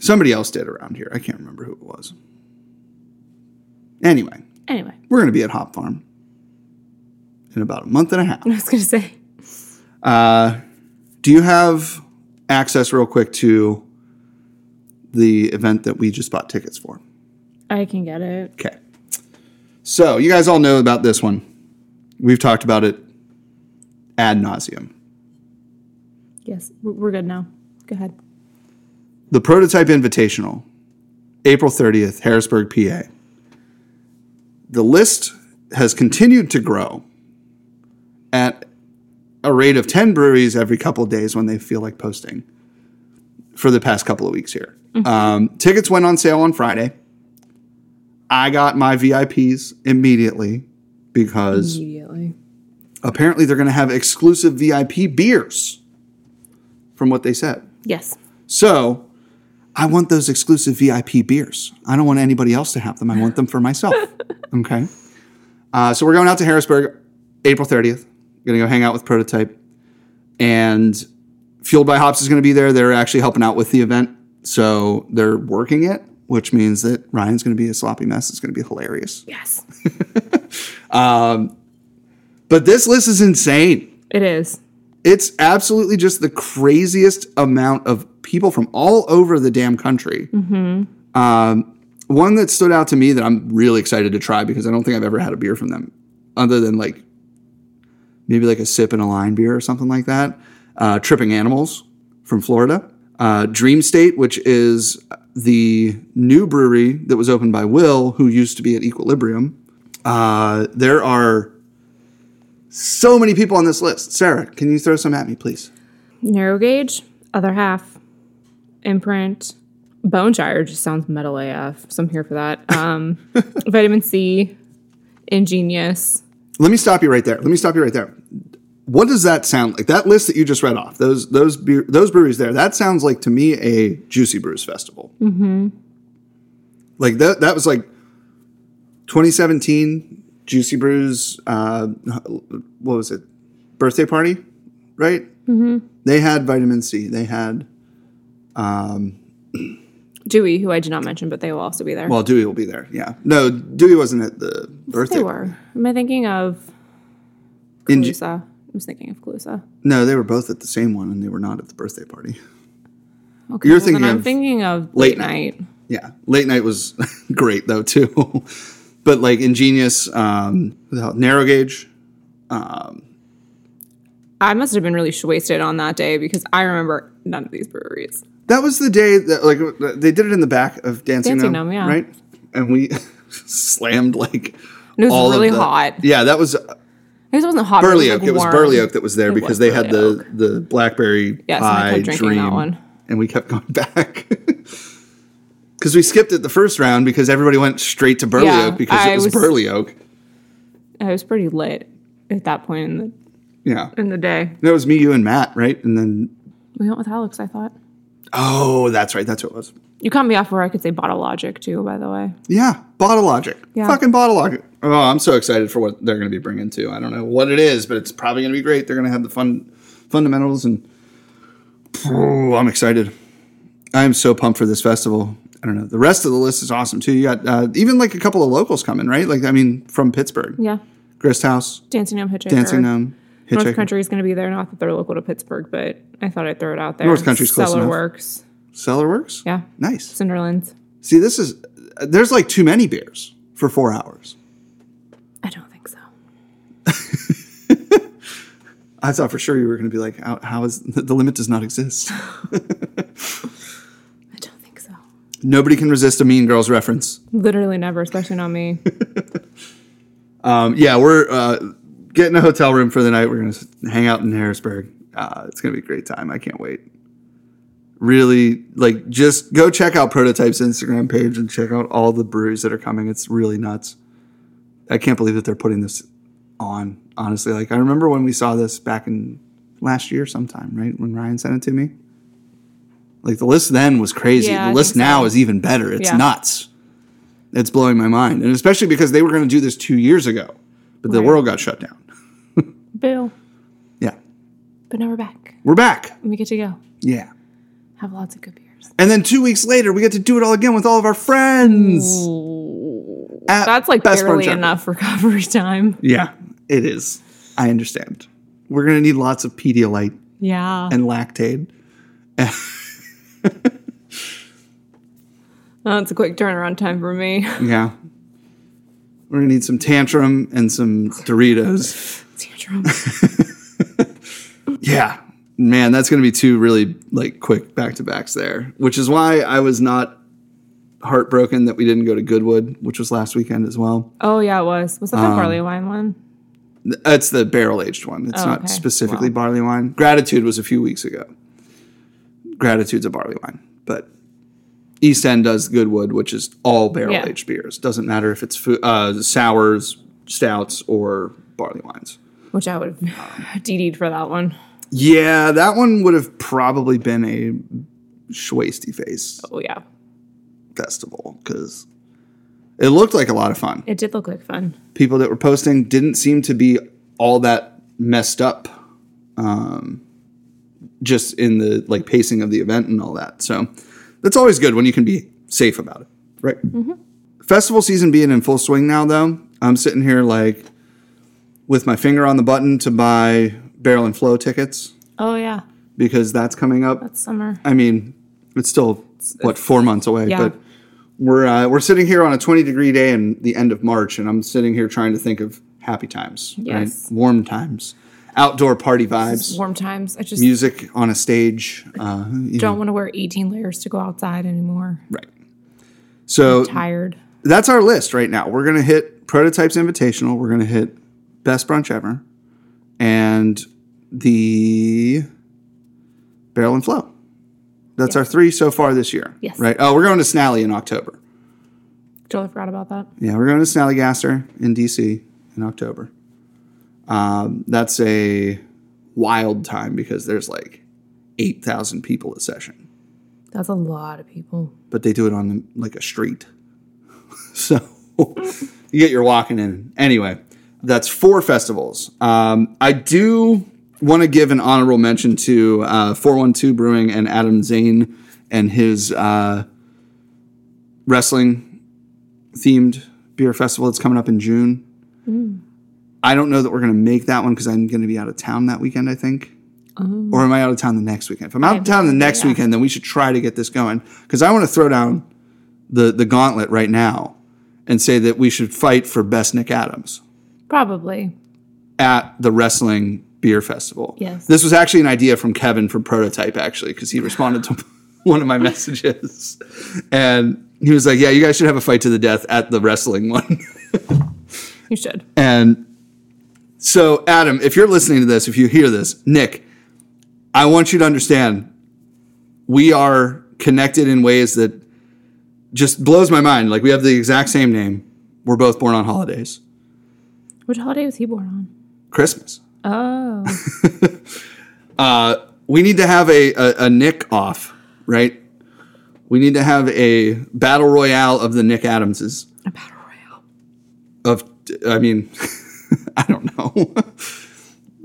[SPEAKER 1] Somebody else did around here. I can't remember who it was. Anyway,
[SPEAKER 2] Anyway,
[SPEAKER 1] we're going to be at Hop Farm in about a month and a half.
[SPEAKER 2] I was gonna say
[SPEAKER 1] Do you have access, real quick, to the event that we just bought tickets for?
[SPEAKER 2] I can get it.
[SPEAKER 1] Okay. So, you guys all know about this one. We've talked about it ad nauseum.
[SPEAKER 2] Yes, we're- we're good now. Go ahead.
[SPEAKER 1] The Prototype Invitational, April 30th, Harrisburg, PA. The list has continued to grow at a rate of 10 breweries every couple of days when they feel like posting for the past couple of weeks here. Um, tickets went on sale on Friday. I got my VIPs immediately because
[SPEAKER 2] Immediately.
[SPEAKER 1] apparently they're going to have exclusive VIP beers from what they said.
[SPEAKER 2] Yes.
[SPEAKER 1] So I want those exclusive VIP beers. I don't want anybody else to have them. I want them for myself. okay. Uh, so we're going out to Harrisburg April 30th. Gonna go hang out with Prototype. And Fueled by Hops is gonna be there. They're actually helping out with the event. So they're working it, which means that Ryan's gonna be a sloppy mess. It's gonna be hilarious.
[SPEAKER 2] Yes.
[SPEAKER 1] But this list is insane.
[SPEAKER 2] It is.
[SPEAKER 1] It's absolutely just the craziest amount of people from all over the damn country. Um, one that stood out to me that I'm really excited to try because I don't think I've ever had a beer from them, other than like maybe like a sip and a line beer or something like that. Uh, Tripping Animals from Florida. Uh, Dream State, which is the new brewery that was opened by Will, who used to be at Equilibrium. Uh, there are so many people on this list. Sarah, can you throw some at me, please?
[SPEAKER 2] Narrow gauge, other half, imprint, bone gyre just sounds metal AF. So I'm here for that. Um, vitamin C, ingenious.
[SPEAKER 1] Let me stop you right there. Let me stop you right there. What does that sound like? That list that you just read off, those those beer, those breweries there, that sounds like to me a Juicy Brews festival. Mm-hmm. Like that that was like 2017 Juicy Brews. Uh, what was it? Birthday party, right? Mm-hmm. They had vitamin C. They had
[SPEAKER 2] Dewey, who I did not mention, but they will also be there.
[SPEAKER 1] well, Dewey will be there. Yeah, no, Dewey wasn't at the birthday.
[SPEAKER 2] they were. Am I thinking of
[SPEAKER 1] In Ju-
[SPEAKER 2] Calusa? I was thinking of Calusa.
[SPEAKER 1] no, they were both at the same one, and they were not at the birthday party.
[SPEAKER 2] Okay,
[SPEAKER 1] You're
[SPEAKER 2] well, then
[SPEAKER 1] thinking
[SPEAKER 2] I'm
[SPEAKER 1] of
[SPEAKER 2] thinking of
[SPEAKER 1] Late
[SPEAKER 2] late night.
[SPEAKER 1] Yeah, late night was great though too, but like ingenious um, without narrow gauge.
[SPEAKER 2] I must have been really sh- wasted on that day because I remember none of these breweries.
[SPEAKER 1] That was the day that like they did it in the back of Dancing,
[SPEAKER 2] Dancing
[SPEAKER 1] Gnome,
[SPEAKER 2] Gnome, yeah.
[SPEAKER 1] right? And we slammed like
[SPEAKER 2] It was
[SPEAKER 1] all of
[SPEAKER 2] really
[SPEAKER 1] the-
[SPEAKER 2] hot.
[SPEAKER 1] Yeah, that was
[SPEAKER 2] This wasn't hot. but
[SPEAKER 1] Burley Oak.
[SPEAKER 2] like,
[SPEAKER 1] it was
[SPEAKER 2] warm.
[SPEAKER 1] Burley Oak that was there
[SPEAKER 2] It
[SPEAKER 1] because
[SPEAKER 2] was
[SPEAKER 1] they had
[SPEAKER 2] Burley
[SPEAKER 1] the the blackberry
[SPEAKER 2] Yes, and I
[SPEAKER 1] pie
[SPEAKER 2] kept drinking that
[SPEAKER 1] dream,
[SPEAKER 2] one.
[SPEAKER 1] and we kept going back. Because we skipped it the first round because everybody went straight to Burley
[SPEAKER 2] Yeah,
[SPEAKER 1] Oak because
[SPEAKER 2] I
[SPEAKER 1] it was,
[SPEAKER 2] was-
[SPEAKER 1] Burley Oak.
[SPEAKER 2] I was pretty lit at that point in the
[SPEAKER 1] Yeah,
[SPEAKER 2] in the day.
[SPEAKER 1] that was me, you, and Matt, right? And then
[SPEAKER 2] We went with Alex. I thought
[SPEAKER 1] oh, that's right, that's what it was.
[SPEAKER 2] you caught me off where I could say bottle logic too. By the way,
[SPEAKER 1] Yeah, Bottle Logic.
[SPEAKER 2] Yeah.
[SPEAKER 1] Fucking Bottle Logic. Oh, I'm so excited for what they're going to be bringing too. I don't know what it is, but it's probably going to be great. They're going to have the fun fundamentals, and oh, I'm excited. I'm so pumped for this festival. I don't know. The rest of the list is awesome too. You got uh, even like a couple of locals coming, right? Like I mean, from Pittsburgh,
[SPEAKER 2] yeah,
[SPEAKER 1] Grist House,
[SPEAKER 2] dancing gnome hitchhiker.
[SPEAKER 1] Dancing Gnome,
[SPEAKER 2] North
[SPEAKER 1] Hitchhiker,
[SPEAKER 2] Country is going to be there. Not that they're local to Pittsburgh, but I thought I'd throw it out there.
[SPEAKER 1] North Country's close
[SPEAKER 2] Cellar
[SPEAKER 1] enough.
[SPEAKER 2] Works.
[SPEAKER 1] Cellar Works.
[SPEAKER 2] Yeah,
[SPEAKER 1] nice.
[SPEAKER 2] Cinderlands.
[SPEAKER 1] See, this is there's like too many beers for four hours.
[SPEAKER 2] I don't think so.
[SPEAKER 1] I thought for sure you were going to be like, how, how is the limit does not exist.
[SPEAKER 2] I don't think so.
[SPEAKER 1] Nobody can resist a Mean Girls reference.
[SPEAKER 2] Literally never, especially not me.
[SPEAKER 1] Um, yeah, we're uh, getting a hotel room for the night. We're going to hang out in Harrisburg. Uh, it's going to be a great time. I can't wait. Really, like, just go check out Prototype's Instagram page and check out all the breweries that are coming. It's really nuts. I can't believe that they're putting this on, honestly. Like, I remember when we saw this back in last year sometime, right? When Ryan sent it to me. Like, the list then was crazy.
[SPEAKER 2] Yeah, I
[SPEAKER 1] the list
[SPEAKER 2] think so.
[SPEAKER 1] now is even better. It's
[SPEAKER 2] Yeah.
[SPEAKER 1] nuts. It's blowing my mind. And especially because they were going to do this two years ago, but the
[SPEAKER 2] Right.
[SPEAKER 1] world got shut down.
[SPEAKER 2] Boo.
[SPEAKER 1] Yeah.
[SPEAKER 2] But now we're back.
[SPEAKER 1] We're back.
[SPEAKER 2] And we get to go.
[SPEAKER 1] Yeah.
[SPEAKER 2] Have lots of good beers.
[SPEAKER 1] And then two weeks later, we get to do it all again with all of our friends. At
[SPEAKER 2] That's like
[SPEAKER 1] Best Fun
[SPEAKER 2] barely
[SPEAKER 1] Jumper.
[SPEAKER 2] enough recovery time.
[SPEAKER 1] Yeah, it is. I understand. We're going to need lots of Pedialyte
[SPEAKER 2] Yeah.
[SPEAKER 1] and Lactaid.
[SPEAKER 2] That's Oh, a quick turnaround time for me.
[SPEAKER 1] Yeah. We're going to need some Tantrum and some Doritos.
[SPEAKER 2] Tantrum.
[SPEAKER 1] Yeah. Man, that's going to be two really like quick back to backs there, which is why I was not heartbroken that we didn't go to Goodwood, which was last weekend as well.
[SPEAKER 2] oh, yeah, it was. Was that the barley wine one?
[SPEAKER 1] It's the barrel aged one. It's
[SPEAKER 2] Oh,
[SPEAKER 1] not
[SPEAKER 2] okay.
[SPEAKER 1] specifically barley wine. Gratitude was a few weeks ago. Gratitude's a barley wine, but East End does Goodwood, which is all barrel aged beers. Doesn't matter if it's fu- uh, sours, stouts, or barley wines.
[SPEAKER 2] Which I would have DD'd for that one.
[SPEAKER 1] Yeah, that one would have probably been a schwasty face.
[SPEAKER 2] Oh, yeah.
[SPEAKER 1] festival because it looked like a lot of fun.
[SPEAKER 2] It did look like fun.
[SPEAKER 1] People that were posting didn't seem to be all that messed up, um, just in the like pacing of the event and all that. So that's always good when you can be safe about it, right? Festival season being in full swing now, though, I'm sitting here like with my finger on the button to buy Barrel and Flow tickets
[SPEAKER 2] Oh, yeah.
[SPEAKER 1] because that's coming up.
[SPEAKER 2] That's summer.
[SPEAKER 1] I mean, it's still what four months away,
[SPEAKER 2] Yeah.
[SPEAKER 1] but we're uh, we're sitting here on a 20 degree day in the end of March, and I'm sitting here trying to think of happy times,
[SPEAKER 2] Yes.
[SPEAKER 1] right? Warm times, outdoor party vibes,
[SPEAKER 2] Warm times. I just
[SPEAKER 1] music on a stage. Uh, you know,
[SPEAKER 2] don't want to wear 18 layers to go outside anymore.
[SPEAKER 1] right. So
[SPEAKER 2] Tired.
[SPEAKER 1] that's our list right now. We're gonna hit Prototypes Invitational. We're gonna hit Best Brunch Ever, and the Barrel and Flow. That's our three so far this year.
[SPEAKER 2] Yes.
[SPEAKER 1] Right. Oh, we're going to Snally in October.
[SPEAKER 2] Totally forgot about that.
[SPEAKER 1] Yeah, we're going to Snallygaster in DC in October. Um, that's a wild time because there's like 8,000 people a session,
[SPEAKER 2] That's a lot of people.
[SPEAKER 1] but they do it on like a street. so you get your walking in. Anyway, that's four festivals. Um, I do want to give an honorable mention to uh, 412 Brewing and Adam Zane and his uh, wrestling themed beer festival that's coming up in June. I don't know that we're going to make that one because I'm going to be out of town that weekend, I think. Or am I out of town the next weekend? If I'm out of town the next weekend, then we should try to get this going because I want to throw down the, the gauntlet right now and say that we should fight for best Nick Adams
[SPEAKER 2] Probably.
[SPEAKER 1] at the wrestling beer festival.
[SPEAKER 2] Yes.
[SPEAKER 1] This was actually an idea from Kevin from Prototype, actually, because he responded to one of my messages. And he was like, Yeah, you guys should have a fight to the death at the wrestling one.
[SPEAKER 2] You should.
[SPEAKER 1] And so, Adam, if you're listening to this, if you hear this, Nick, I want you to understand we are connected in ways that just blows my mind. Like, we have the exact same name. We're both born on holidays,
[SPEAKER 2] Which holiday was he born
[SPEAKER 1] Christmas. Uh,
[SPEAKER 2] on? Oh.
[SPEAKER 1] We need to have a, a, a Nick off, right? We need to have a battle royale of the Nick Adamses.
[SPEAKER 2] a battle royale.
[SPEAKER 1] of I mean, I don't know.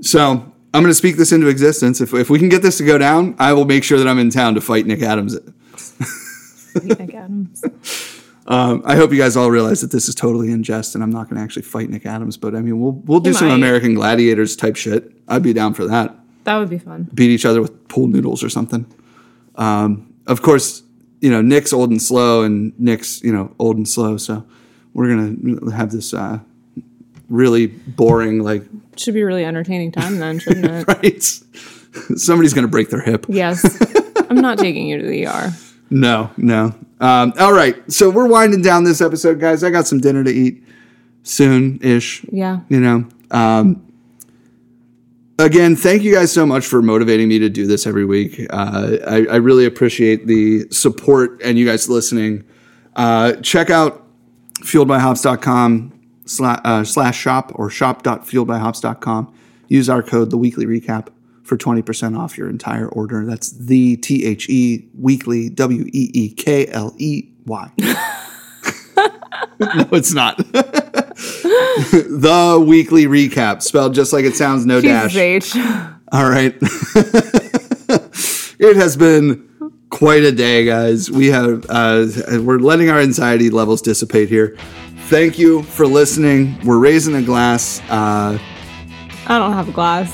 [SPEAKER 1] so I'm going to speak this into existence. If, if we can get this to go down, I will make sure that I'm in town to fight Nick Adams.
[SPEAKER 2] Sweet Nick Adams.
[SPEAKER 1] Um, I hope you guys all realize that this is totally in jest, and I'm not going to actually fight Nick Adams. But I mean, we'll we'll do
[SPEAKER 2] You
[SPEAKER 1] some
[SPEAKER 2] might.
[SPEAKER 1] American Gladiators type shit. I'd be down for that.
[SPEAKER 2] That would be fun.
[SPEAKER 1] Beat each other with pool noodles or something. Um, of course, you know Nick's old and slow, and Nick's you know old and slow. So we're gonna have this uh, really boring like
[SPEAKER 2] Should be a really entertaining time then, shouldn't it?
[SPEAKER 1] right? Somebody's going to break their hip.
[SPEAKER 2] yes. I'm not taking you to the ER.
[SPEAKER 1] No, no. Um, all right. So we're winding down this episode, guys. I got some dinner to eat soon ish.
[SPEAKER 2] Yeah.
[SPEAKER 1] You know, um, again, thank you guys so much for motivating me to do this every week. Uh, I, I really appreciate the support and you guys listening. Uh, check out fueledbyhops.com slash, uh, slash shop or shop.fueledbyhops.com. Use our code, the weekly recap, for 20% off your entire order. That's the T H E weekly, W E E K L E Y. No, it's not. the weekly recap, spelled just like it sounds, no dash.
[SPEAKER 2] Jesus H.
[SPEAKER 1] All right. it has been quite a day, guys. We have uh, we're letting our anxiety levels dissipate here. Thank you for listening. We're raising a glass. Uh,
[SPEAKER 2] I don't have a glass.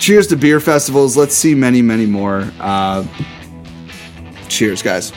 [SPEAKER 1] cheers to beer festivals. Let's see many, many more. Uh, cheers, guys.